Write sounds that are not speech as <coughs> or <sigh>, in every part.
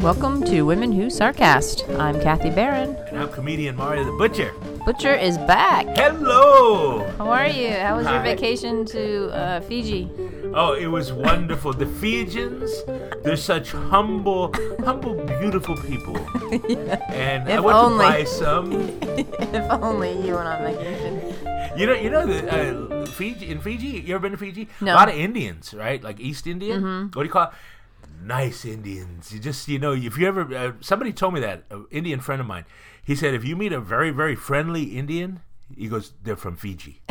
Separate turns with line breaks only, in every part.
Welcome to Women Who Sarcast. I'm Kathy Barron.
And I'm comedian Mario the Butcher.
Butcher is back.
Hello!
How are you? How was your
Hi.
vacation to uh, Fiji?
Oh, it was wonderful. The Fijians, they're such humble, humble,
<laughs>
beautiful people. And I
If
went
only.
to buy some.
if only you went on <laughs> vacation.
You know, you know, the, uh, Fiji in Fiji. You ever been to Fiji?
No. Mm-hmm.
A lot of Indians, right? Like East Indian. What do you call? It? Nice Indians. You just, you know, if you ever, uh, somebody told me that an Indian friend of mine. He said, if you meet a very, very friendly Indian, he goes, they're from Fiji.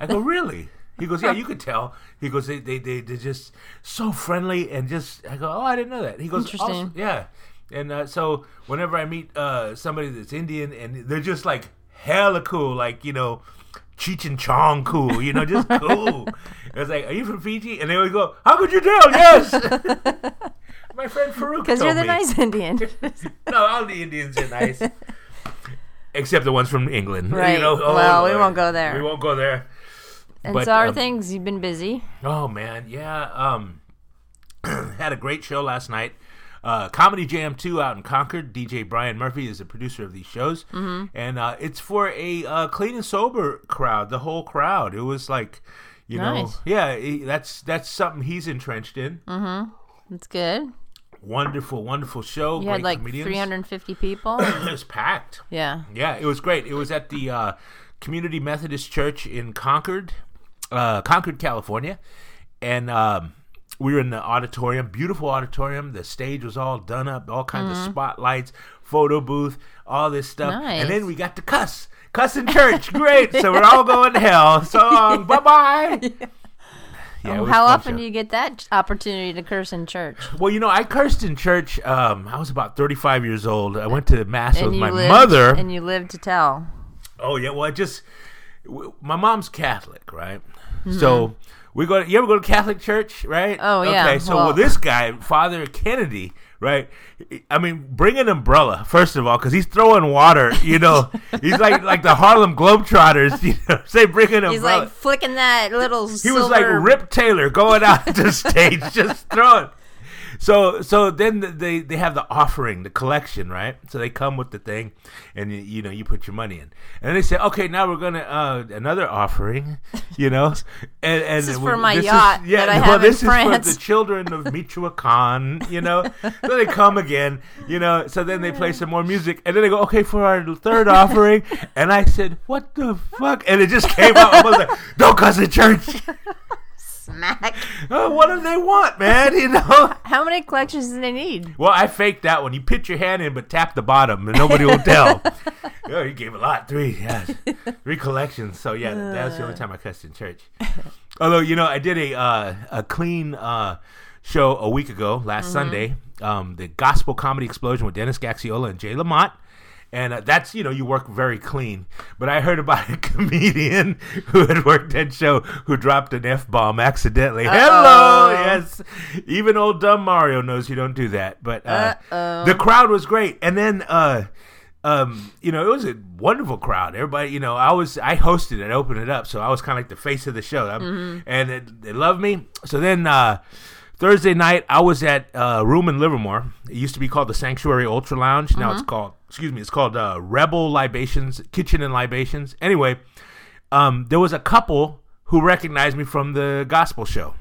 I
<laughs>
go, really? He goes, yeah, you could tell. He goes, they, they, they, they're just so friendly and just, I go, oh, I didn't know that. He goes, "Also-
Interesting.
yeah. And uh, so whenever I meet uh, somebody that's Indian and they're just like hella cool, like, you know, Cheech and Chong cool, you know,
<laughs>
just cool. it's like, are you from Fiji? And they would go, how could you tell?
<laughs>
Yes. My friend Farouk
Because you're
told
the
me.
nice <laughs> Indian.
no, all the Indians are nice.
<laughs>
Except the ones from England.
Right.
You know, oh,
Well, we
Lord.
won't go there.
We won't go there.
and
But,
so are
um,
things. You've been busy.
Oh man, yeah. Um, <clears throat> had a great show last night. Uh, Comedy Jam 2 out in Concord. DJ Brian Murphy is the producer of these shows. Mm-hmm. And uh, it's for a uh, clean and sober crowd, the whole crowd. It was like, you know,
Nice. Mm.
yeah, he- that's that's something he's entrenched in.
That's good.
Wonderful, wonderful show.
You
great
had like
comedians.
350
<coughs>
people.
<clears throat> It was packed.
yeah.
Yeah, it was great. It was at the uh, Community Methodist Church in Concord, uh, Concord, California, and um, we were in the auditorium, beautiful auditorium. The stage was all done up, all kinds of
Mm-hmm.
spotlights, photo booth, all this stuff, and
Nice.
then we got to cuss. Cuss in
<laughs>
church, great. So we're all going to hell. So long,
<laughs>
bye bye.
Um, How often do you get that opportunity to curse in church?
Well, you know, I cursed in church. Um, I was about thirty-five years old. I went to mass with
you
my
lived-
mother.
And you live to tell.
Oh yeah, well, I just w- my mom's Catholic, right? So we go. To, you ever go to Catholic church, right?
Oh, yeah,
Okay, so
well-
well, this guy, Father Kennedy, right? I mean, bring an umbrella first of all, because he's throwing water. You
<laughs>
know, he's like like the Harlem Globetrotters. You know, <laughs> say bring an umbrella.
He's like flicking that little.
He was like
silver-
Rip Taylor going out
<laughs>
to the stage, just throwing. So so then they they have the offering, the collection, right? So they come with the thing, and you, you know you put your money in, and they say, okay, now we're gonna uh, another
<laughs>
offering, you know, and, and
This is
we-
for my yacht that I have in
this is
France. <laughs>
for the children of Michoacan, you know. so they come again, you know. So then they play some more music, and then they go, okay, for our
<laughs>
third offering, and I said, what the fuck, and it just came out almost like, don't cuss at church.
smack.
Oh, what do they want, man? You know.
How many collections do they need?
<laughs> Well, I faked that one. You put your hand in, but tap the bottom, and nobody will <laughs> tell. oh, you gave a lot. Three, <laughs> yes, three collections. So yeah, that, that was the only time I cussed in church. Although you know, I did a uh, a clean uh, show a week ago, last Sunday. Um, the Gospel Comedy Explosion with Dennis Gaxiola and Jay Lamont. And uh, that's you know you work very clean, but I heard about a <laughs> comedian who had worked that show who dropped an f bomb accidentally.
Uh-oh.
Hello, yes, even old dumb Mario knows you don't do that. But uh,
Uh-oh.
the crowd was great, and then uh, um, you know it was a wonderful crowd. Everybody, you know, I was I hosted and opened it up, so I was kind of like the face of the show, I'm- and it, they loved me. So then. Uh, Thursday night, I was at uh, Room in Livermore. It used to be called the Sanctuary Ultra Lounge. Now it's called, excuse me, it's called uh, Rebel Libations Kitchen and Libations. Anyway, um, there was a couple who recognized me from the gospel show.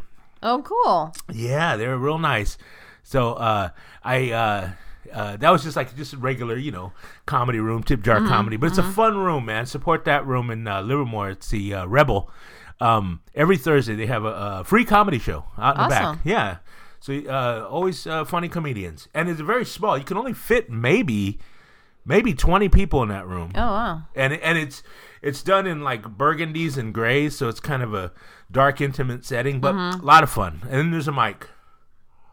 Oh, cool.
Yeah, they were real nice. So uh, I uh, uh, that was just like just a regular, you know, comedy room, tip jar comedy. But it's a fun room, man. Support that room in uh, Livermore. It's the uh, Rebel. Um, every Thursday they have a, a free comedy show out in
Awesome.
the back. Yeah. So uh, always uh, funny comedians, and it's very small. You can only fit maybe maybe twenty people in that room
Oh, wow.
and and it's it's done in like burgundies and grays, so it's kind of a dark, intimate setting, but a lot of fun. And then there's a mic.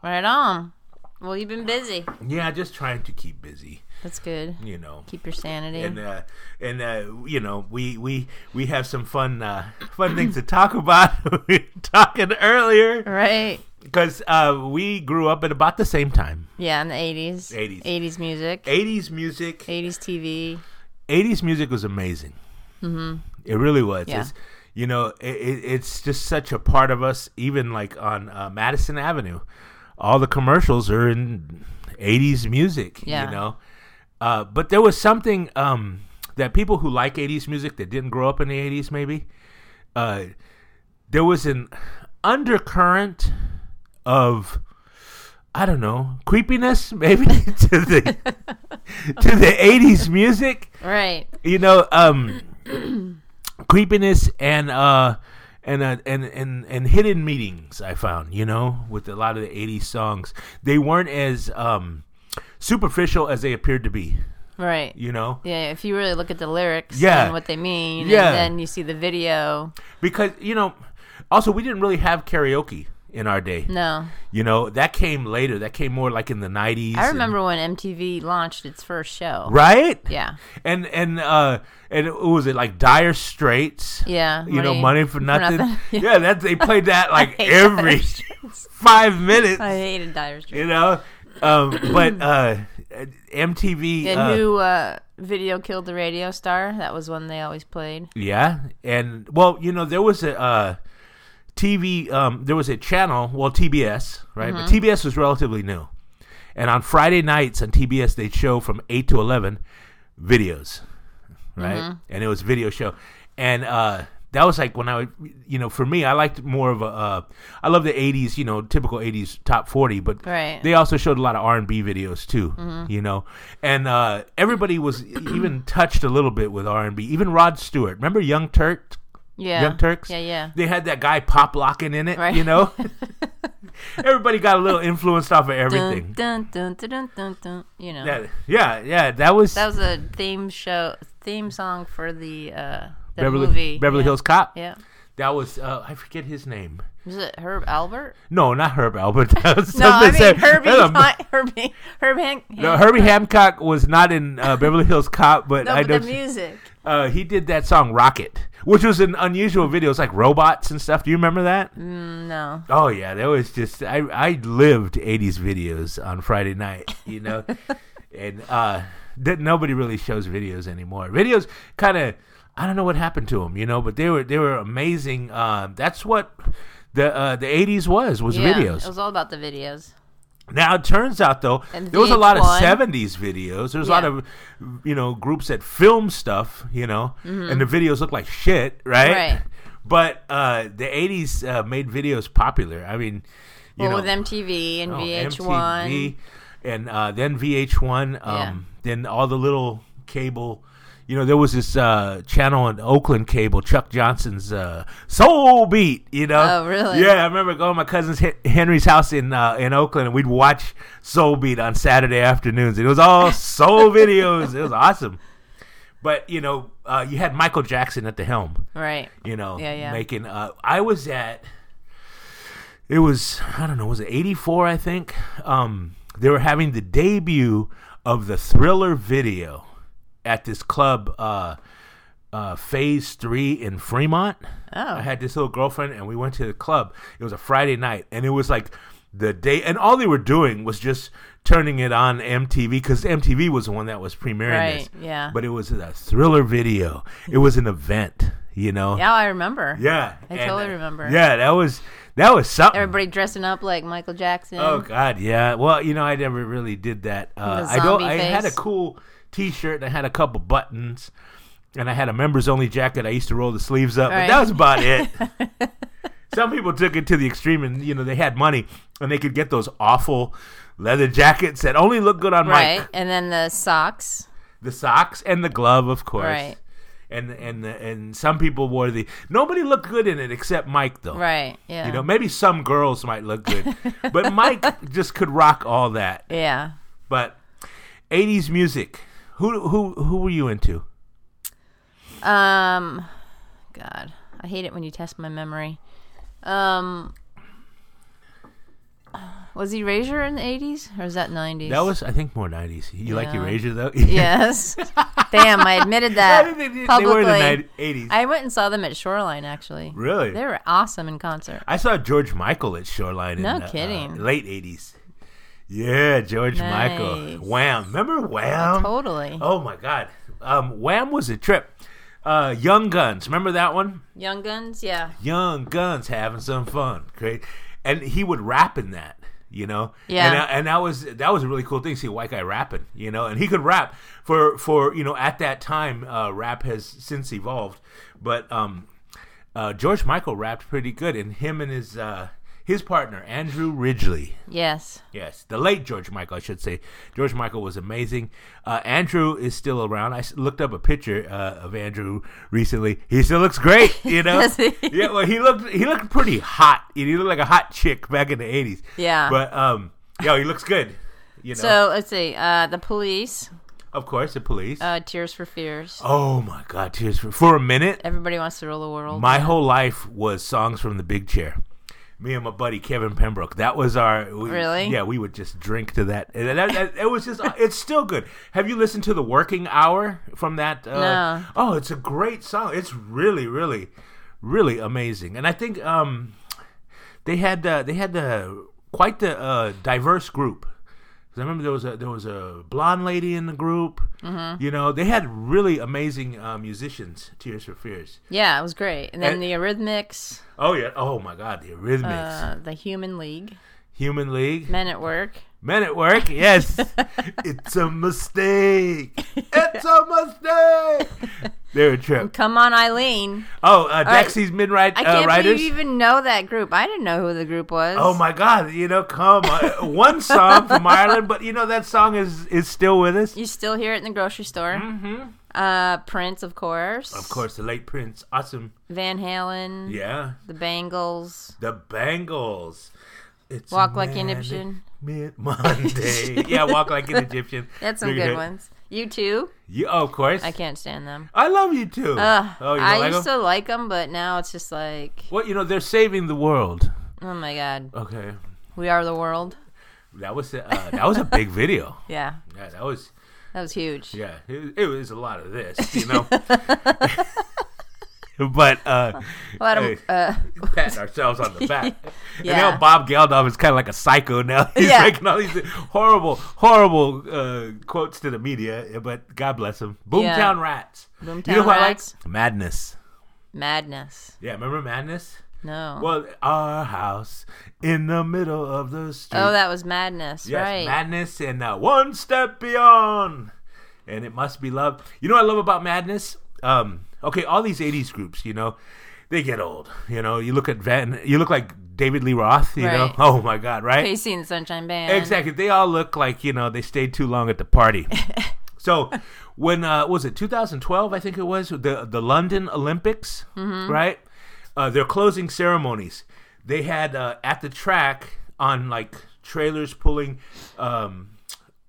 Right on. Well, you've been busy.
Yeah, just trying to keep busy,
That's good.
you know.
Keep your sanity.
And uh, and uh, you know, we we we have some fun uh, fun things to talk about. <laughs> we were talking earlier
right.
because uh, we grew up at about the same time.
Yeah, in the 80s.
80s.
80s music.
80s music.
80s TV.
80s music was amazing. It really was.
Mm-hmm. Yeah.
It's, you know, it, it, it's just such a part of us, even like on uh, Madison Avenue. all the commercials are in 80s music,
Yeah.
you know. Uh, but there was something um, that people who like 80s music that didn't grow up in the 80s, maybe, uh, there was an undercurrent of, I don't know, creepiness, maybe, <laughs> to the to the 80s music
Right.
you know um creepiness and uh and, uh, and and and hidden meetings I found, you know, with a lot of the '80s songs, they weren't as um, superficial as they appeared to be,
Right.
you know,
Yeah, if you really look at the lyrics
Yeah.
and what they mean,
Yeah.
and then you see the video.
because you know, also we didn't really have karaoke in our day,
No.
you know, that came later, that came more like in the '90s.
I
and-
remember when MTV launched its first show.
right?
Yeah.
and and uh and what was it like Dire Straits?
Yeah,
you know, money for
<laughs>
nothing.
nothing.
Yeah, that they played that
<laughs>
like
hate
every
Dire Straits.
five minutes.
I hated Dire Straits.
you know, um, but uh, MTV.
And
uh,
who uh, video killed the radio star? That was one they always played.
Yeah, and well, you know, there was a uh, TV. Um, there was a channel, well, TBS, right? But TBS was relatively new, and on Friday nights on TBS they'd show from eight to eleven videos, right? And it was a video show, and uh, that was like when I, would, you know, for me, I liked more of a. Uh, I love the '80s, you know, typical '80s top forty, but
Right.
they also showed a lot of r&b videos too
Mm-hmm.
you know and uh, everybody was even touched a little bit with r&b even rod stewart remember young turk
Yeah.
young turks
Yeah, yeah.
they had that guy pop locking in it
Right.
you
<laughs>
know everybody got a little influenced off of everything
Dun, dun, dun, dun, dun, dun, dun, you know.
yeah yeah yeah that was,
That was a theme show, theme song for the, uh, the
beverly,
movie.
beverly
yeah.
hills cop
Yeah.
that was uh, i forget his name
Was it Herb
<laughs>
Albert?
no not herb albert <laughs> That was
No, I
something
mean
said-
Herbie,
that's a-
Hanc- Herbie, Herb Hank.
no,
Hancock.
Herbie Hancock was not in uh, Beverly Hills Cop, but
No,
I
but
don't.
the music.
uh, he did that song Rocket, which was an unusual video. It's like robots and stuff. Do you remember that?
Mm, no.
Oh yeah, that was just I I lived '80s videos on Friday night, you
<laughs>
know, and uh, that nobody really shows videos anymore. Videos kind of I don't know what happened to them, you know, but they were they were amazing. Uh, that's what the uh, the '80s was was
Yeah,
videos.
It was all about the videos.
Now it turns out though
And
there was a lot of
VH1.
'70s videos. There's a lot
Yeah.
of you know groups that film stuff, you know, and the videos look like shit, right?
Mm-hmm. Right.
But uh, the '80s uh, made videos popular. I mean, you
Well,
know,
with MTV and
oh,
VH1.
MTV, and uh, then VH1, um,
Yeah.
then all the little cable. You know, there was this uh, channel on Oakland cable, Chuck Johnson's uh, Soul Beat. You know,
Oh, really?
Yeah, I remember going to my cousin's Hen- Henry's house in uh, in Oakland, and we'd watch Soul Beat on Saturday afternoons. It
<laughs>
was all soul videos. It was awesome. But you know, uh, you had Michael Jackson at the helm
Right.
you know,
Yeah, yeah.
making uh I was at it was I don't know, was it 84 I think. Um they were having the debut of the Thriller video at this club uh uh Phase 3 in Fremont. I
Oh.
had this little girlfriend and we went to the club. It was a Friday night and it was like the day and all they were doing was just turning it on MTV cuz MTV was the one that was premiering this.
Right. Yeah.
But it was a Thriller video. It was an event, you know.
yeah, I remember.
Yeah, uh,
I totally remember.
Yeah, that was that was something.
Everybody dressing up like Michael Jackson.
oh God, yeah. Well, you know, I never really did that. Uh,
The
I don't.
zombie
I had a
face.
cool T-shirt and I had a couple buttons, and I had a members-only jacket. I used to roll the sleeves up, but
Right.
that was about it.
<laughs>
Some people took it to the extreme, and you know, they had money and they could get those awful leather jackets that only look good on
right.
Mike.
And then the socks.
The socks and the glove, of course.
Right.
And and and some people wore the. Nobody looked good in it except Mike, though.
Right. Yeah.
You know, maybe some girls might
<laughs>
look good, but Mike just could rock all that.
yeah.
But '80s music. Who who who were you into?
Um, God, I hate it when you test my memory. Um, was Erasure in the eighties or is that nineties?
That was, I think, more '90s. You
<laughs>
like
Yeah.
Erasure though?
<laughs> yes. Damn, I admitted
<laughs> I
that
think they, did- they were
publicly.
in the 90- '80s.
I went and saw them at Shoreline. Actually,
really?
they were awesome in concert.
I saw George Michael at Shoreline.
No
in the, uh,
kidding.
late '80s. Yeah, George Michael.
Nice.
Wham! Remember Wham?
Totally.
Oh my God! Um, Wham was a trip. Uh, Young Guns. Remember that one?
Young Guns, yeah.
Young Guns having some fun. Great. And he would rap in that. you know.
Yeah.
And, I, and that was that was a really cool thing. to See a white guy rapping, you know, and he could rap for for you know at that time. Uh, rap has since evolved, but um, uh, George Michael rapped pretty good, and him and his uh, his partner Andrew Ridgely.
Yes.
Yes, the late George Michael, I should say. George Michael was amazing. Uh, Andrew is still around. I s- looked up a picture uh, of Andrew recently. He still looks great, you know.
<laughs> Does he?
Yeah, well, he looked he looked pretty hot. He looked like a hot chick back in the eighties.
Yeah.
but um, yo, he looks good. You know,
So let's see. Uh, the police.
of course, the police.
Uh, Tears for Fears.
oh my God, tears for for a minute.
Everybody wants to rule the world.
My whole life was songs from the big chair. Me and my buddy Kevin Pembroke. That was our we,
Really?
Yeah, we would just drink to that. And that- that- it was just. it's still good. Have you listened to the Working Hour from that? Uh,
No.
Oh, it's a great song. It's really, really, really amazing. And I think um, they had uh, they had the quite the uh, diverse group. 'Cause I remember there was a there was a blonde lady in the group.
Mm-hmm.
You know, they had really amazing uh, musicians. Tears for Fears.
yeah, it was great. And then
And-
the Eurythmics,
Oh yeah! Oh my God, the Eurythmics,
uh, the Human League,
Human League,
Men at Work.
Men at
<laughs>
Work. Yes, it's a mistake. It's a mistake. They're a trip.
Come on, Eileen.
Oh, uh,
right.
Dexy's Midnight
I
uh,
can't
Riders.
believe you even know that group. I didn't know who the group was.
Oh my God! You know, come on. <laughs> one song from Ireland, but you know that song is is still with us.
You still hear it in the grocery store. Mm-hmm. Uh, Prince, of course.
Of course, the late Prince, awesome.
Van Halen.
Yeah,
The Bangles.
the Bangles. It's
Walk Like an
manic
Egyptian. <laughs>
Mid- Monday. yeah, walk like an Egyptian.
That's some
Pretty
good ones. You too.
You, oh, of course.
I can't stand them.
I love you too.
Ugh,
oh, you don't
Uh, I
like
used
them?
to like them, but now it's just like,
Well, you know they're saving the world.
oh my god,
Okay,
we are the world.
that was uh, that was a
<laughs>
big video.
Yeah,
Yeah, that was
that was huge.
yeah. It, it was a lot of this, you
<laughs>
know. <laughs> but uh,
A lot of
Hey.
uh,
patting ourselves on
<laughs>
the back. And
Yeah.
now Bob Geldof is kind of like a psycho now. <laughs> He's
Yeah.
making all these horrible, horrible uh, quotes to the media. But God bless him. Boomtown Rats.
Boomtown
you know what
Rats.
I like? Madness.
madness.
Yeah, remember Madness?
No.
Well, our house in the middle of the street.
oh, that was madness,
Yes,
right?
Madness and uh, One Step Beyond. And it must be love. You know what I love about Madness? Um, okay, all these 80s groups, you know, they get old. You know, you look at Van, you look like David Lee Roth, you know?
Right.
Oh my God, right?
Casey and the Sunshine Band.
Exactly. They all look like, you know, they stayed too long at the party. so when, uh, was it 2012, I think it was, the, the London Olympics, right? Uh, their closing ceremonies. They had uh, at the track on like trailers pulling um,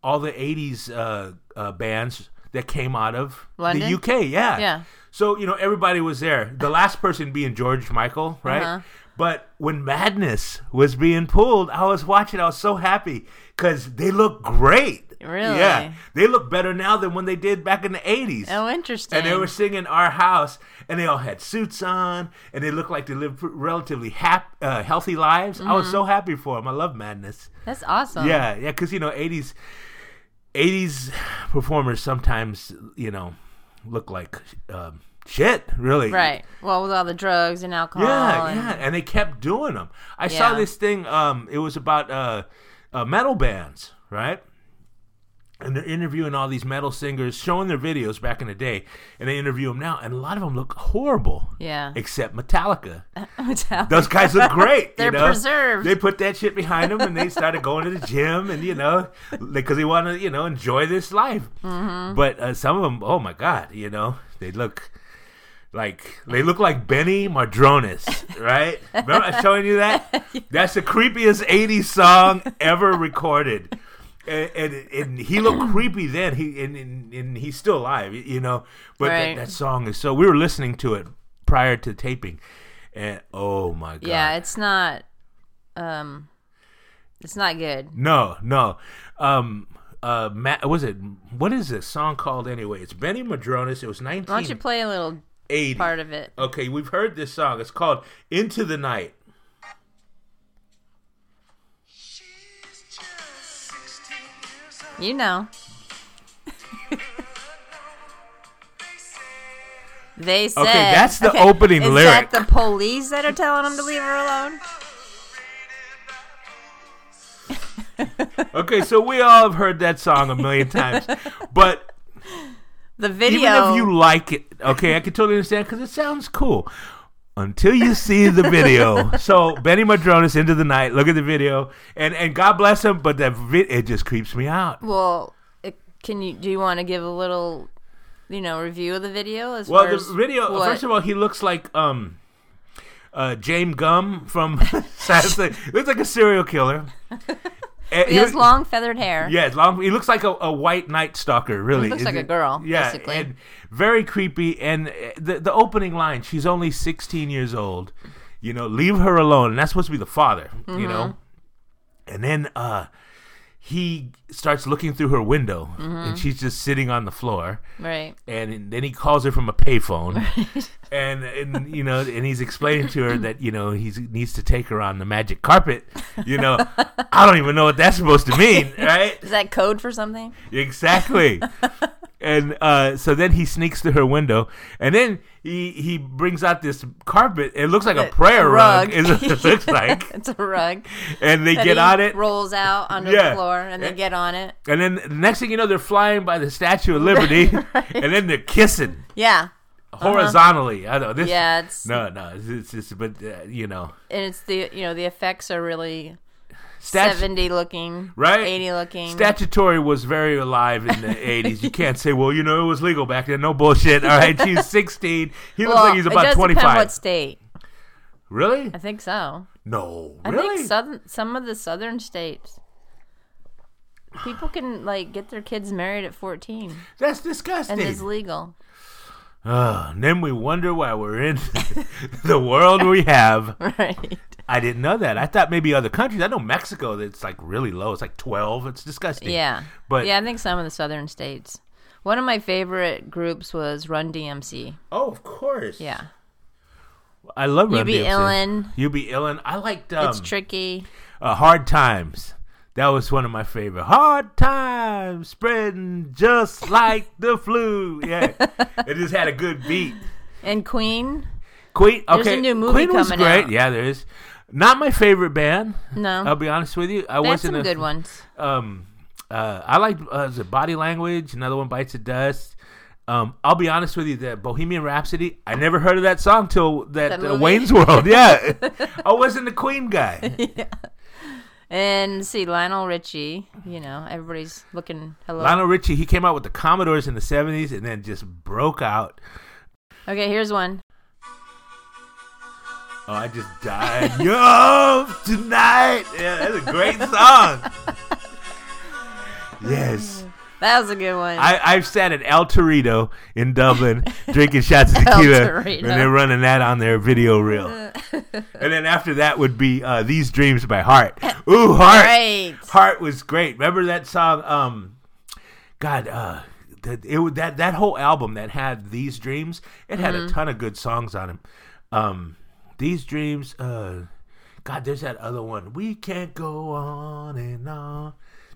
all the 80s uh, uh, bands that came out of
London?
the UK. Yeah.
Yeah.
So, you know, everybody was there. The last person being George Michael, right?
Uh-huh.
But when Madness was being pulled, I was watching. I was so happy because they look great.
Really?
Yeah. They look better now than when they did back in the 80s.
Oh, interesting.
and they were singing Our House, and they all had suits on, and they looked like they lived relatively hap- uh, healthy lives. I
Mm-hmm.
was so happy for them. I love Madness.
That's awesome.
Yeah, yeah, because you know, eighties, eighties performers sometimes you know look like um, shit, really.
Right. Well, with all the drugs and alcohol.
Yeah,
and-
yeah, and they kept doing them. I saw
Yeah.
this thing. Um, it was about uh, uh, metal bands, right? And they're interviewing all these metal singers, showing their videos back in the day, and they interview them now, and a lot of them look horrible.
Yeah.
Except Metallica.
<laughs> Hotel.
Those guys look
<laughs>
great.
They're
you know?
preserved.
They put that shit behind them and they started going to the gym and you know because they want to you know enjoy this life.
Mm-hmm.
But uh, some of them, oh my god, you know they look like they look like Benny Mardronis, <laughs> right? Remember I was showing
<laughs>
you that? That's the creepiest '80s song ever recorded. And, and and
<clears throat>
he looked creepy then. He and, and, and he's still alive, you know. But
Right.
that, that song is so. We were listening to it prior to taping, and oh my god,
yeah, it's not. Um, it's not good.
No, no. Um, uh, Matt, was it? What is this song called anyway? It's Benny Madronis. It was
Why don't you
nineteen
play a little
eighty.
part of it?
Okay, we've heard this song. It's called "Into the Night."
She's just 16 years old.
You know, <laughs>
They say
they said.
Okay, that's the
Okay,
opening
Is that
lyric.
the police that are telling them to leave her alone?
rated by fools.
Okay, so we all have heard that song
<laughs>
a million times, but
The video.
even if you like it, okay, I can totally understand because it sounds cool until you see the
<laughs>
video. so Benny Madronas into the night. Look at the video, and and God bless him, but that vi- it just creeps me out.
well, it, can you? Do you want to give a little, you know, review of the video? As
Well,
far
the
as
video.
what-
First of all, he looks like um, uh, James Gum from <laughs> Saturday. Night Live. looks like a
<laughs>
serial killer. And
he has long feathered hair.
Yeah, it's long. He looks like a, a white night stalker. Really,
looks
Is
like a
it-
girl,
Yeah,
basically.
and very creepy. And uh, the the opening line: "She's only sixteen years old." You know, leave her alone. And that's supposed to be the father. You know,
Mm-hmm.
and then uh, he starts looking through her window,
Mm-hmm.
and she's just sitting on the floor
Right.
and then he calls her from
<laughs>
a payphone, and and you know, and he's explaining to her that you know he needs to take her on the magic carpet.
<laughs>
You know, I don't even know what that's supposed to mean, right?
Is that code for something? <laughs>
Exactly. and uh, so then he sneaks to her window, and then he he brings out this carpet. It looks like a
The
prayer rug.
rug.
is what
<laughs>
it looks like,
it's a rug.
and they
that
get
he
on it,
Rolls out onto
Yeah.
the floor, and they get on it.
and then the next thing you know, they're flying by the Statue of
<laughs>
Liberty, and then they're kissing.
Yeah.
horizontally. I know this.
Uh-huh. Yeah, it's-
no, no. It's, it's just, but uh, you know,
And it's the you know the effects are really
statu-
seventy looking,
right?
Eighty looking.
Statutory was very alive in
<laughs>
the eighties. You can't say, well, you know, it was legal back then. No bullshit. All right,
<laughs>
she's sixteen. He looks
well,
like he's
it
about
does
twenty
Depend
five.
what state?
Really?
I think so.
No.
I
really?
think southern some of the southern states. People can like get their kids married at fourteen,
That's
and
disgusting.
it's legal. <laughs>
Ugh, and then we wonder why we're in <laughs> the world we have.
Right.
I didn't know that. I thought maybe other countries. I know Mexico. That's like really low. It's like twelve. It's disgusting.
Yeah.
But
yeah, I think some of the southern states. One of my favorite groups was Run DMC.
oh, of course.
Yeah.
I love
You
Run
Be
DMC.
Illin.
You be Illin. I liked um,
It's tricky.
uh, Hard Times. That was one of my favorite. Hard Times spreading just like the flu.
<laughs>
Yeah, it just had a good beat.
And Queen?
Queen. Okay,
There's a new movie
Queen was
coming
great.
out.
Yeah, there is. Not my favorite band.
No.
I'll be honest with you. I
they had
wasn't
Uh-huh. some
a-
good ones.
Um, uh, I liked uh, the Body Language. Another one, Bites of Dust. Um, I'll be honest with you, that Bohemian Rhapsody. I never heard of that song till that,
That
uh,
movie?
Wayne's
<laughs>
World. Yeah, I wasn't a Queen guy.
And let's see, Lionel Richie, you know, everybody's looking hello.
Lionel Richie, he came out with the Commodores in the 70s and then just broke out.
okay, here's one.
Oh, I just
<laughs>
died. Yo, tonight. Yeah, that's a great
<laughs>
song. Yes.
That was a good one.
I, I've sat at El Torito
<laughs>
in Dublin drinking shots of
El
tequila.
Torito.
And they're running that on their video
<laughs>
reel. and then after that would be uh, These Dreams by Heart. Ooh, Heart.
Great.
Heart was great. Remember that song? Um, God, uh, that it wa- that that whole album that had these dreams. It had a ton of good songs on him. Um, these dreams. Uh, God, there's that other one. We can't go on and on.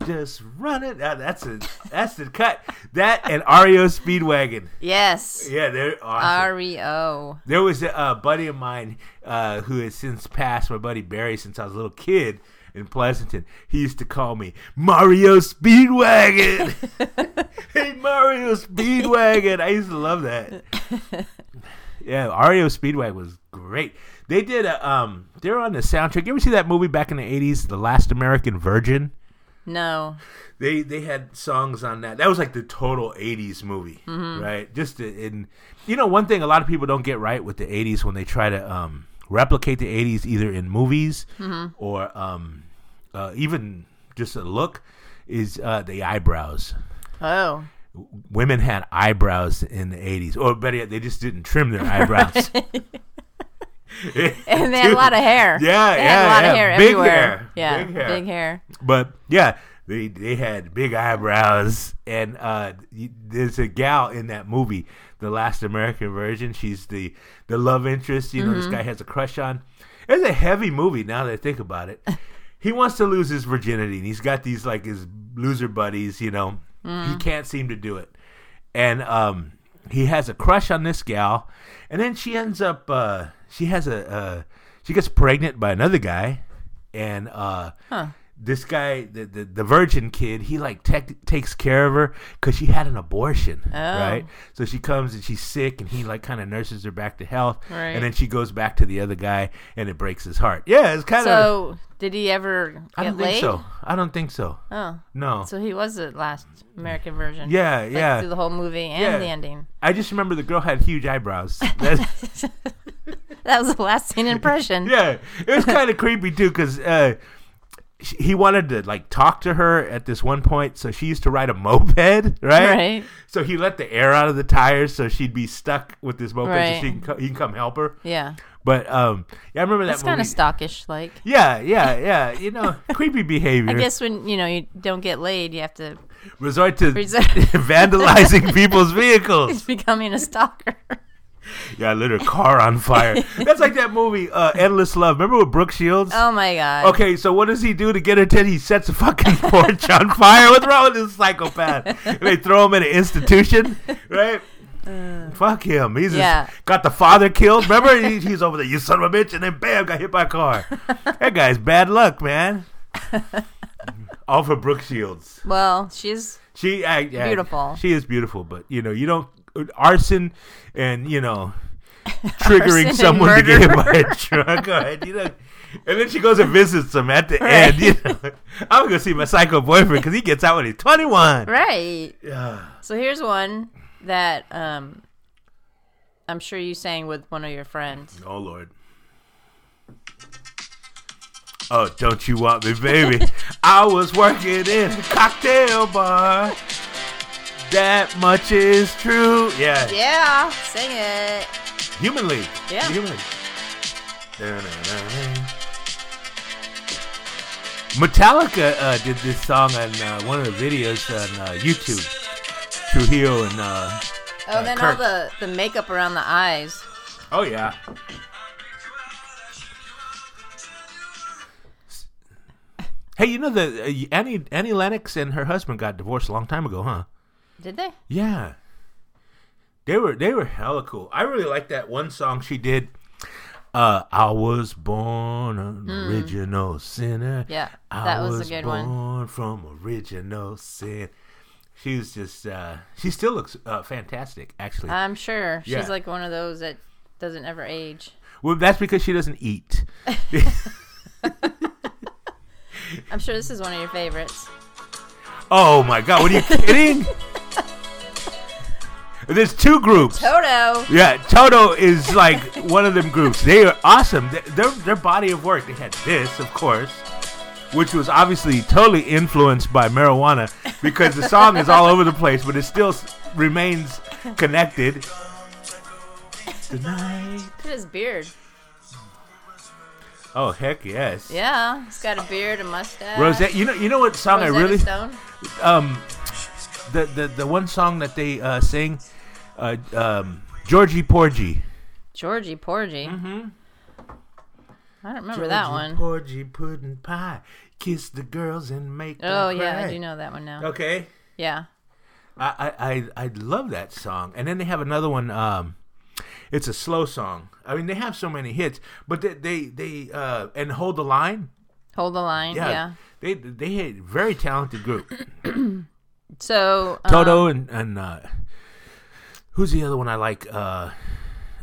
Just run it. Uh, that's a that's the cut. That and REO Speedwagon.
Yes. E
Yeah, they're awesome.
R.E.O.
There was a, a buddy of mine uh, who has since passed, my buddy Barry, since I was a little kid in Pleasanton. He used to call me Mario Speedwagon. <laughs> hey, Mario Speedwagon. I used to love that. Yeah, Mario Speedwagon was great. They did a, um, they were on the soundtrack. You ever see that movie back in the 80s, The Last American Virgin?
No.
they they had songs on that. That was like the total '80s movie,
Mm-hmm.
right? Just to, in you know one thing a lot of people don't get right with the '80s when they try to um, replicate the '80s either in movies
Mm-hmm.
or um, uh, even just a look is uh, the eyebrows.
Oh.
Women had eyebrows in the '80s, or better yet, they just didn't
<laughs>
trim their eyebrows.
And they had a lot of hair.
<laughs> Yeah,
They had
yeah,
a lot
yeah.
of hair
Big
everywhere.
hair.
Yeah.
Big hair. But yeah, they they had big eyebrows, and uh, y- there's a gal in that movie, the last American version. She's the the love interest. You know, this guy has a crush on. It's a heavy movie. Now that I think about it, he wants to lose his virginity, and he's got these like his loser buddies. You know, he can't seem to do it, and um, he has a crush on this gal, and then she ends up uh, she has a uh, she gets pregnant by another guy, and uh, this guy, the the, the virgin kid, he like tec- takes care of her because she had an abortion,
Oh.
right? So she comes and she's sick, and he like kind of nurses her back to health,
Right.
and then she goes back to the other guy, and it breaks his heart. Yeah, it's kind of.
So did he ever
I don't
get
think
laid?
so. I don't think so.
Oh,
No.
so he was the last American version.
yeah,
Like,
yeah.
Through the whole movie and
Yeah.
the ending. <laughs>
I just remember the girl had huge eyebrows. That's,
That was the last scene impression. <laughs>
<laughs> yeah, it was kind of creepy too because uh, sh- he wanted to like talk to her at this one point. So she used to ride a moped, <laughs> right?
Right.
So he let the air out of the tires, so she'd be stuck with this moped.
Right.
So she can co- he can come help her.
Yeah.
But um, yeah, I remember that
That's kind of
movie.
stockish. Like,
yeah, yeah, yeah.
<laughs>
You know, creepy behavior.
I guess when you know you don't get laid, you have to <laughs>
Resort to
Resort-
<laughs> vandalizing people's <laughs> vehicles.
<laughs> becoming a stalker. <laughs>
Yeah, I lit her car on fire. That's like that movie, uh, Endless Love. Remember with Brooke Shields?
Oh my god.
Okay, so what does he do to get her tit? He sets a fucking <laughs> porch on fire. What's wrong with this psychopath? And they throw him in an institution, right? Fuck him. He's
Uh. Yeah.
just got the father killed. Remember, he, he's over there. You son of a bitch, and then bam, got hit by
<laughs>
a car. that guy's bad luck, man. All for Brooke Shields.
Well, she's
She I, I-
Beautiful.
She is beautiful, but you know, you don't arson and
<laughs>
you know triggering
and
someone to get hit by
murder.
a truck. All right, you know. And then she goes and visits him at the end. You know, I'm gonna see my psycho boyfriend because he gets out when he's 21.
right.
Yeah.
So here's one that um, I'm sure you sang with one of your friends.
Oh Lord. Oh, don't you want me,
<laughs>
baby? I was working in a cocktail bar. That much is true. Yeah.
Yeah, sing it.
Human League.
Yeah.
Human League. Da-na-na-na. Metallica uh, did this song on uh, one of the videos on uh, YouTube. Trujillo and uh,
Oh, then
Kirk.
all the the makeup around the eyes.
oh yeah, hey, you know the uh, Annie Annie Lennox and her husband got divorced a long time ago, huh?
Did they?
Yeah. They were they were hella cool. I really like that one song she did. Uh, I was born an original sinner.
Hmm. Yeah,
I
that was a good
born
one.
from original sin. She's just uh, she still looks uh, fantastic. Actually,
I'm sure she's
Yeah.
like one of those that doesn't ever age.
well, that's because she doesn't eat.
I'm sure this is one of your favorites.
Oh my god, what are
<laughs>
you kidding? There's two groups.
Toto.
Yeah, Toto is like one of them groups. They are awesome. Th- Their their body of work. They had this, of course, which was obviously totally influenced by marijuana because the song is all over the place, but it still s- remains connected. Tonight.
Look at his beard.
Oh heck yes.
Yeah, he's got a beard, a mustache.
Rosette, you know you know what song
Rosetta
I really
Stone.
um the, the the one song that they uh, sing uh, um Georgie Porgy.
Georgie Porgy. Mm-hmm. I don't remember
Georgie
that one.
Porgy pudding pie. Kiss the girls and make them
oh yeah, I
cry.
do know that one now.
Okay.
Yeah.
I, I, I I love that song. And then they have another one. Um, it's a slow song. I mean, they have so many hits, but they they, they uh and hold the line.
Hold the line.
Yeah.
Yeah. Um,
They they had a very talented group.
So um,
Toto and and uh, who's the other one I like uh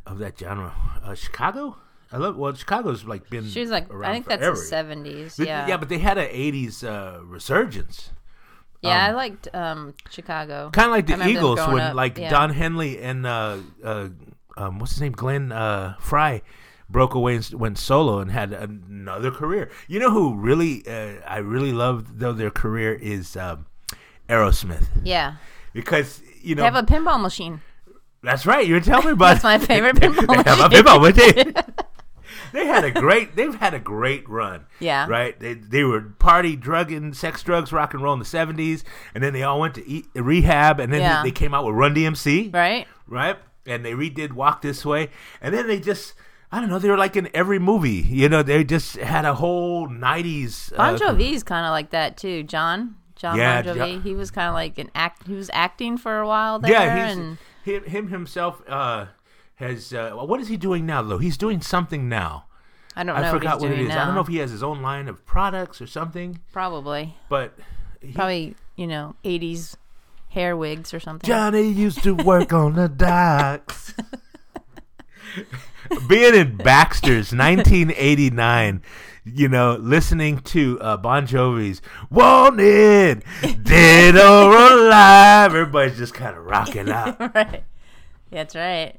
of that genre? Uh, Chicago. I love well Chicago's like been
She's like,
around
I think that's
forever.
the seventies.
But-
Yeah,
yeah, but they had an '80s uh, resurgence.
yeah, I liked um, Chicago.
kind of like
I
the
remember them
Eagles
growing
when
up,
like
yeah.
Don Henley and uh, uh, um, what's his name Glenn uh, Fry broke away and s- went solo and had another career. You know who really uh, I really loved though their career is um, Aerosmith
Yeah,
because you know
they have a pinball machine.
that's right you were telling me about
That's
<laughs>
my favorite
they
pinball
have a
machine. <laughs>
pinball machine. They had a great. They've had a great run.
Yeah.
Right. They they were party, drugging, sex, drugs, rock and roll in the seventies, and then they all went to eat, rehab, and then
Yeah.
they came out with Run DMC
Right?
right? And they redid Walk This Way, and then they just. I don't know. They were like in every movie, you know. They just had a whole '90s.
Bon
uh,
Jovi's kind of like that too. John, John
Yeah,
Bon
Jo-
Jovi. He was kind of like an act. He was acting for a while there.
yeah, he's,
and
him, him himself uh, has. Uh, what is he doing now? Though he's doing something now.
I don't know
I
what
forgot
he's
what,
doing
it is.
now.
I don't know if he has his own line of products or something,
Probably,
<laughs> but he-
probably you know, '80s hair wigs or something.
Johnny used to work on the docks. <laughs> Being in Baxter's 1989, you know, listening to uh, Bon Jovi's "Wanted," dead or alive, everybody's just kind of rocking out.
right. That's right.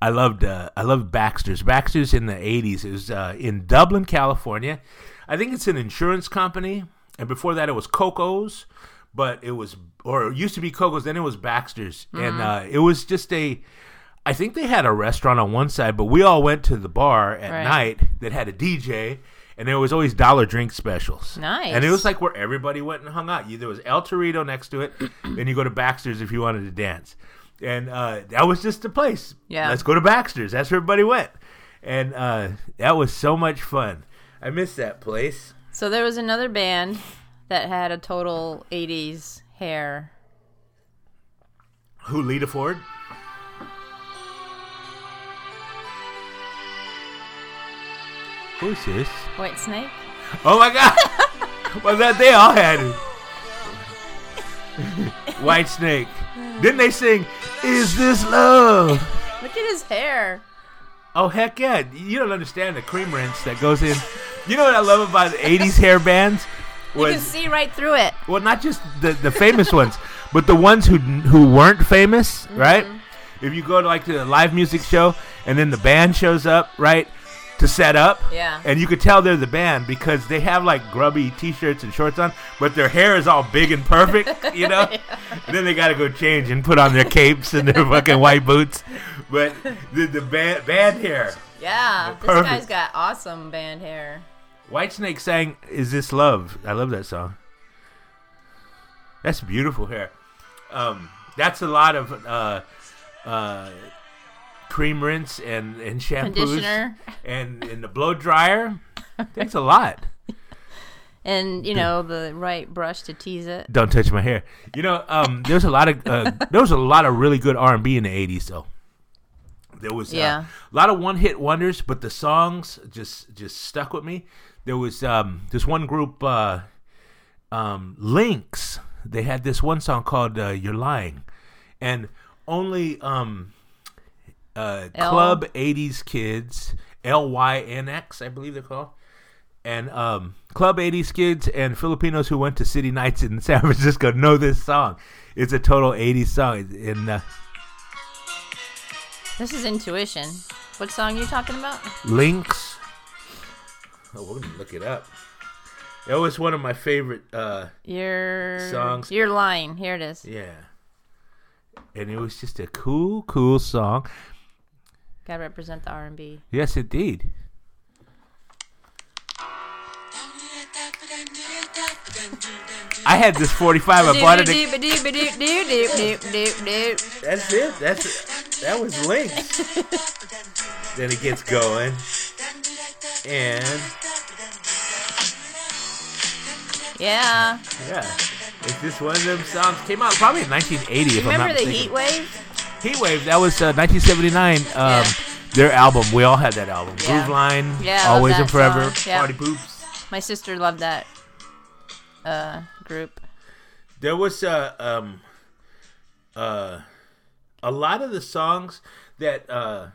I loved uh, I loved Baxter's. Baxter's in the eighties. It was uh, in Dublin, California. I think it's an insurance company, and before that it was Coco's, but it was or it used to be Coco's. Then it was Baxter's,
Mm-hmm.
and uh, it was just a. I think they had a restaurant on one side, but we all went to the bar at
Right.
night that had a DJ, and there was always dollar drink specials.
Nice.
And it was like where everybody went and hung out. You, there was El Torito next to it, then you go to Baxter's if you wanted to dance. And uh, that was just the place.
Yeah.
Let's go to Baxter's. That's where everybody went. And uh, that was so much fun. I miss that place.
So there was another band that had a total '80s hair.
Who, Lita Ford? Who's this?
White Snake.
Oh my God! well, that they all had it. White Snake. Didn't they sing, Is This Love?
Look at his hair.
Oh heck yeah! You don't understand the cream rinse that goes in. You know what I love about '80s hair bands
You can
was
see right through it.
well, not just the the famous ones, but the ones who who weren't famous, right? If you go to like to the live music show and then the band shows up, right, to set up,
Yeah.
and you could tell they're the band because they have like grubby t-shirts and shorts on, but their hair is all big and perfect, you know. And then they got to go change and put on their capes and their fucking white boots, but the the band band hair.
Yeah, this
Perfect.
guy's got awesome band hair.
Whitesnake sang "Is This Love." I love that song. That's beautiful hair. Um, that's a lot of uh, uh, cream rinse and and shampoos
Conditioner.
and and the blow dryer. That's a lot.
And you know the right brush to tease it.
<laughs> Don't touch my hair. You know, um, there's a lot of uh, there was a lot of really good R and B in the '80s, though. There was uh,
Yeah.
a lot of one hit wonders, but the songs just just stuck with me. There was um, this one group, uh, um, Lynx. They had this one song called uh, "You're Lying," and only um, uh,
L-
club '80s kids, L Y N X, I believe they're called and um, Club 80s kids and Filipinos who went to city nights in <laughs> San Francisco know this song. It's a total 80s song. And uh,
This is intuition. What song are you talking about?
Lynx. Oh, we're going to look it up. That was one of my favorite. Uh,
Your
Songs.
Your line. Here it is.
yeah. And it was just a cool, cool song.
Gotta represent the R and B.
Yes, indeed. I had this 45. I bought it. at-
That's
That's it. That's it. That was Lynx. then it gets going. And
Yeah.
yeah, it's just one of them songs. Came out probably in 1980. If I'm
Remember
not
the heat
mistaken.
wave?
Heat Wave. That was uh, 1979. Um,
Yeah.
Their album. We all had that album.
Yeah.
Groove Line.
Yeah, I love
Always
that
and Forever.
song. Yeah.
Party Poops.
My sister loved that uh, group.
There was uh, um, uh, a lot of the songs that uh,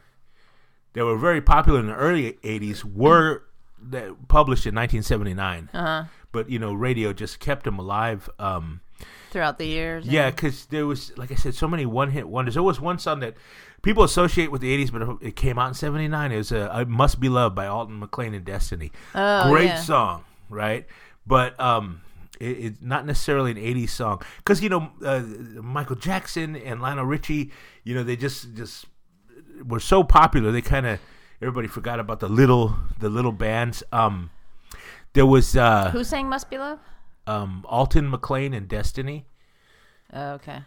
that were very popular in the early 80s were that published in 1979.
Uh-huh.
But, you know, radio just kept them alive. Um,
Throughout the years.
Yeah, because there was, like I said, so many one hit wonders. There was one song that people associate with the 80s, but it came out in 79. It was uh, I Must Be Loved by Alton McLean and Destiny.
Oh,
Great
yeah.
song, right? But um, it, it's not necessarily an 80s song. Because, you know, uh, Michael Jackson and Lionel Richie, you know, they just, just were so popular, they kind of. Everybody forgot about the little the little bands. Um, there was uh,
Who sang Must Be Love?
um, Alton McLean and Destiny.
Oh, okay.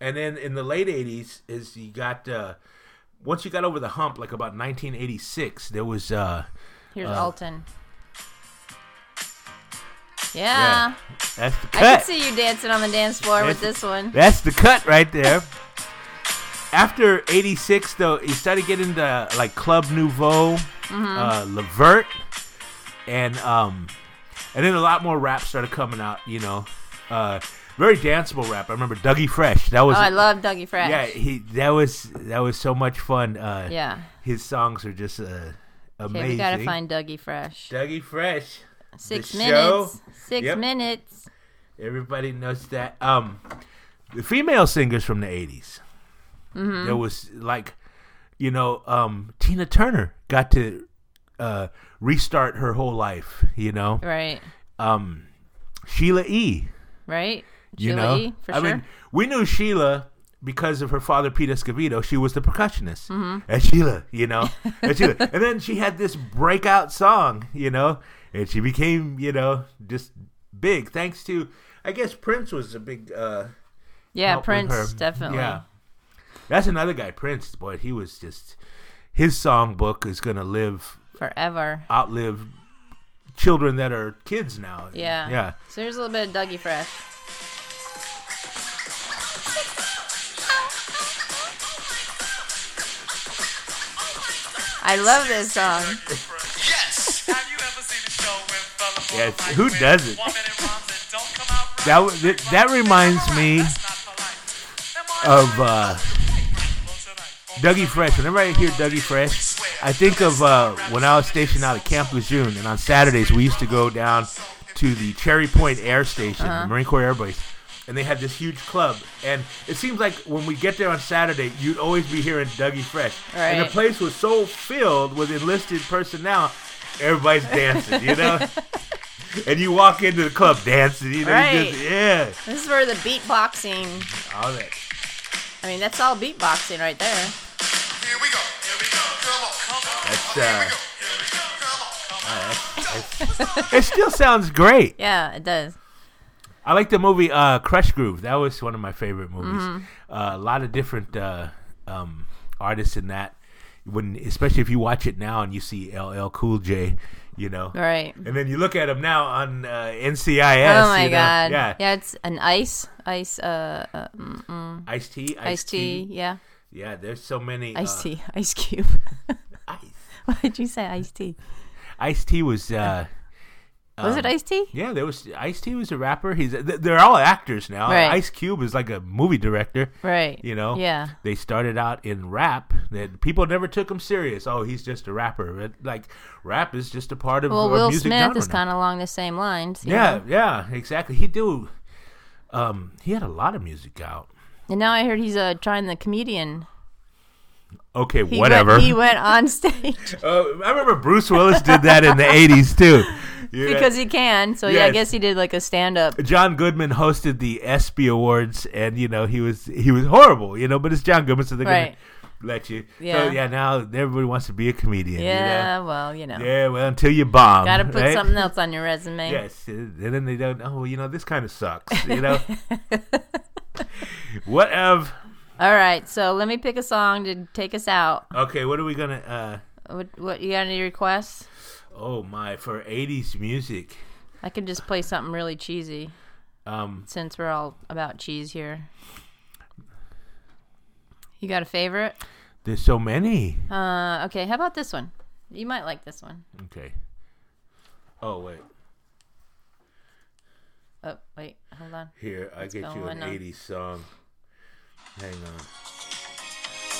And then in the late '80s, is you got uh, once you got over the hump, like about 1986, there was uh,
Here's
Uh,
Alton.
yeah,
Yeah.
that's the cut.
I could see you dancing on the dance floor with
That's-
this one.
That's the cut right there. After '86, though, you started getting the like Club Nouveau,
Mm-hmm.
uh, Levert, and um, and then a lot more rap started coming out. You know, uh, very danceable rap. I remember Dougie Fresh. That was
Oh, I love Dougie Fresh.
yeah. He that was that was so much fun. Uh,
Yeah.
his songs are just uh, amazing.
Okay, we gotta find Dougie Fresh.
Dougie Fresh.
Six
the show.
minutes. Six
Yep.
minutes.
Everybody knows that. Um, the female singers from the 80s There was like, you know, um, Tina Turner got to uh, restart her whole life. You know,
Right.
um, Sheila E.
Right.
You
Sheila
know,
E, for
I
sure.
mean, we knew Sheila because of her father, Pete Escovedo. She was the percussionist,
Mm-hmm.
and Sheila, you
<laughs>
know, and Sheila, and then she had this breakout song, you know, and she became, you know, just big thanks to, I guess Prince was a big. uh
yeah,
help with
Prince
her.
definitely.
Yeah, that's another guy, Prince. Boy, he was just his songbook is gonna live
Forever.
outlive children that are kids now.
Yeah.
yeah.
So here's a little bit of Dougie Fresh. I love this song.
Yes! Have you ever seen a show where fella born
Yes,
like
who
with
doesn't?
one minute rhymes that don't come out right?
That was- that- that reminds me Of uh, Dougie Fresh. Whenever I hear Dougie Fresh, I think of uh, when I was stationed out at Camp Lejeune, and on Saturdays we used to go down to the Cherry Point Air Station,
Uh-huh.
the Marine Corps Air Base, and they had this huge club. And it seems like when we get there on Saturday, you'd always be hearing Dougie Fresh, and the
Right.
place was so filled with enlisted personnel, everybody's dancing, you know. <laughs> and you walk into the club dancing, you know, you just-
Right.
yeah,
This is where the beatboxing.
all that.
I mean, that's all beatboxing right there.
Here we go. Here we go. Come on. Come on.
That's,
Here we
uh,
go. Here we go. Come on. Come on.
It still sounds great.
Yeah, it does.
I like the movie uh, Crush Groove. That was one of my favorite movies.
Mm-hmm.
Uh, a lot of different uh, um, artists in that. When especially if you watch it now and you see LL Cool J, you know,
Right.
and then you look at him now on uh, NCIS.
oh my
you know?
god.
Yeah.
it's an ice, ice, uh, uh
Ice T. Ice
ice tea. Yeah,
Yeah. There's so many.
ice
uh,
tea, <laughs> ice cube.
Ice.
Why did you say ice tea?
Ice T was. Uh,
Was it ice tea?
Um, yeah, there was Ice T was a rapper. He's th- they're all actors now.
Right.
Ice Cube is like a movie director.
Right.
You know,
Yeah.
they started out in rap. That people never took him serious. Oh, he's just a rapper. But, like rap is just a part of
Well,
uh,
Will
music
Smith
genre
is
now.
kind of along the same lines. you
yeah,
know?
yeah, exactly. He do. Um, he had a lot of music out.
And now I heard he's uh, trying the comedian.
Okay,
He
whatever.
Went, he went on <laughs> stage
<laughs> Uh, I remember Bruce Willis did that in the '80s
<laughs>
too. Yeah.
because he can. So yeah, I
Yes.
guess he did like a stand up.
John Goodman hosted the ESPY Awards, and you know he was he was horrible, you know. But it's John Goodman, so they're
Right.
gonna let you.
Yeah.
So yeah, now everybody wants to be a comedian. you know?
Yeah, well, you know.
Yeah, well, until you bomb.
Oh. Gotta put
right?
something else on your resume.
Yes, and then they don't. Oh, you know, this kind of sucks.
<laughs>
You know, what of?
All right, so let me pick a song to take us out.
Okay, what are we gonna?
What, what you got any requests?
uh Oh my, for '80s music.
I could just play something really cheesy
Um,
since we're all about cheese here. You got a favorite?
there's so many.
Uh, okay, how about this one? You might like this one.
Okay. Oh wait,
Oh, wait, hold on.
here I get you
going
an
on?
'80s song. Hang on.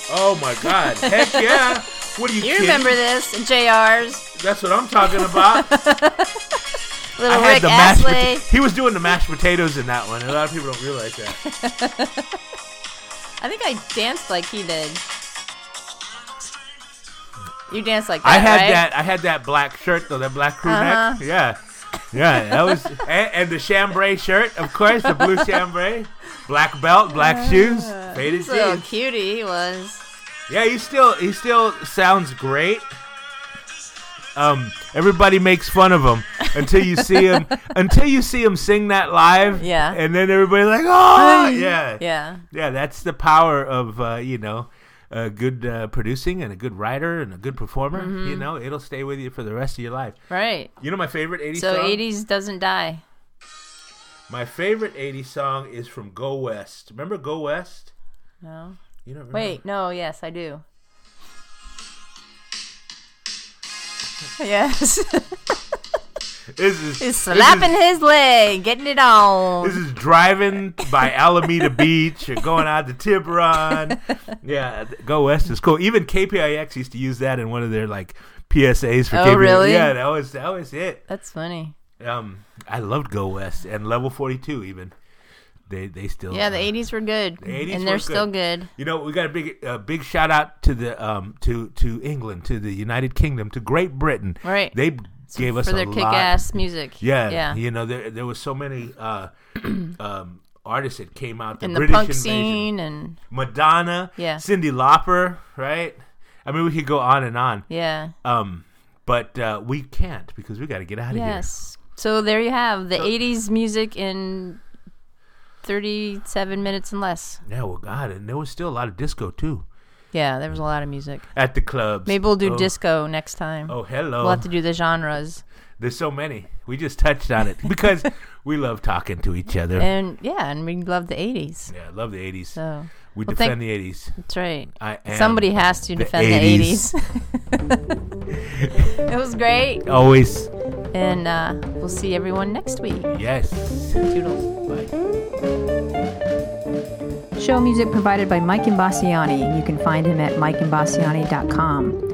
Oh my
<laughs>
God! Heck yeah! What are you?
You
kidding?
remember this? JR's
That's what I'm
<laughs>
talking about.
little
I had
Rick
the mashed
Astley.
pota- He was doing the mashed potatoes in that one. A lot of people don't realize that.
I think I danced like he did.
<laughs>
You danced like that,
I had
right?
that. I had that black shirt though. That black crew
Uh-huh.
neck. Yeah, yeah. That was and, and the chambray shirt, of course, the blue chambray, black belt,
Uh-huh.
black shoes, faded
He's a little
jeans.
cutie he was.
Yeah, he still he still sounds great. Um, everybody makes fun of him until you see
<laughs>
him until you see him sing that live.
Yeah.
and then everybody's like, oh yeah,
Yeah.
yeah. That's the power of uh, you know. A good uh, producing and a good writer and a good performer, you
Mm-hmm.
know, it'll stay with you for the rest of your life.
Right.
You know my favorite 80s
So
song?
80s doesn't die.
My favorite 80s song is from Go West. Remember Go West?
No.
Mm-hmm. You don't remember?
Wait, no, yes, I do. <laughs> Yes. <laughs>
This is
He's slapping his leg, getting it on.
This is driving by Alameda Beach or going out
<laughs>
to Tiburon. Yeah, th- go west is cool. Even KPIX used to use that in one of their like PSAs for
Oh,
KPIX.
really?
Yeah, that was that was it.
That's funny.
Um, I loved Go West and Level Forty Two. Even they they still
Yeah, the
uh,
eighties were good,
80s
and they're
were
still good.
You know, we got a big a big shout out to the um to to England, to the United Kingdom, to Great Britain.
Right.
They gave us
for their
a
kick
lot.
ass music.
Yeah,
yeah.
You know, there there was so many
<clears throat>
uh, um, artists that came out. The
and the
British
punk
invasion.
scene, and
Madonna,
Yeah.
Cindy Lauper, right? I mean, we could go on and on,
yeah,
um, but uh, we can't because we got to get out of
yes. So there you have the eighties music in thirty-seven minutes and less.
here. Yeah, well, God, and there was still a lot of disco too
Yeah, there was a lot of music.
at the clubs.
Maybe we'll do
oh,
disco next time.
Oh, hello.
We'll have to do the genres,
There's so many. We just touched
<laughs>
on it because we love talking to each other.
and yeah, and we love the eighties.
yeah, I love the '80s.
So
we
well, thank-
defend the '80s.
that's right.
I am
Somebody has to
the
defend
80s.
the eighties. <laughs> it was great,
Always,
and uh, we'll see everyone next week.
yes.
Toodles.
Bye.
Show music provided by Mike Imbassiani. You can find him at mikeimbassiani.com.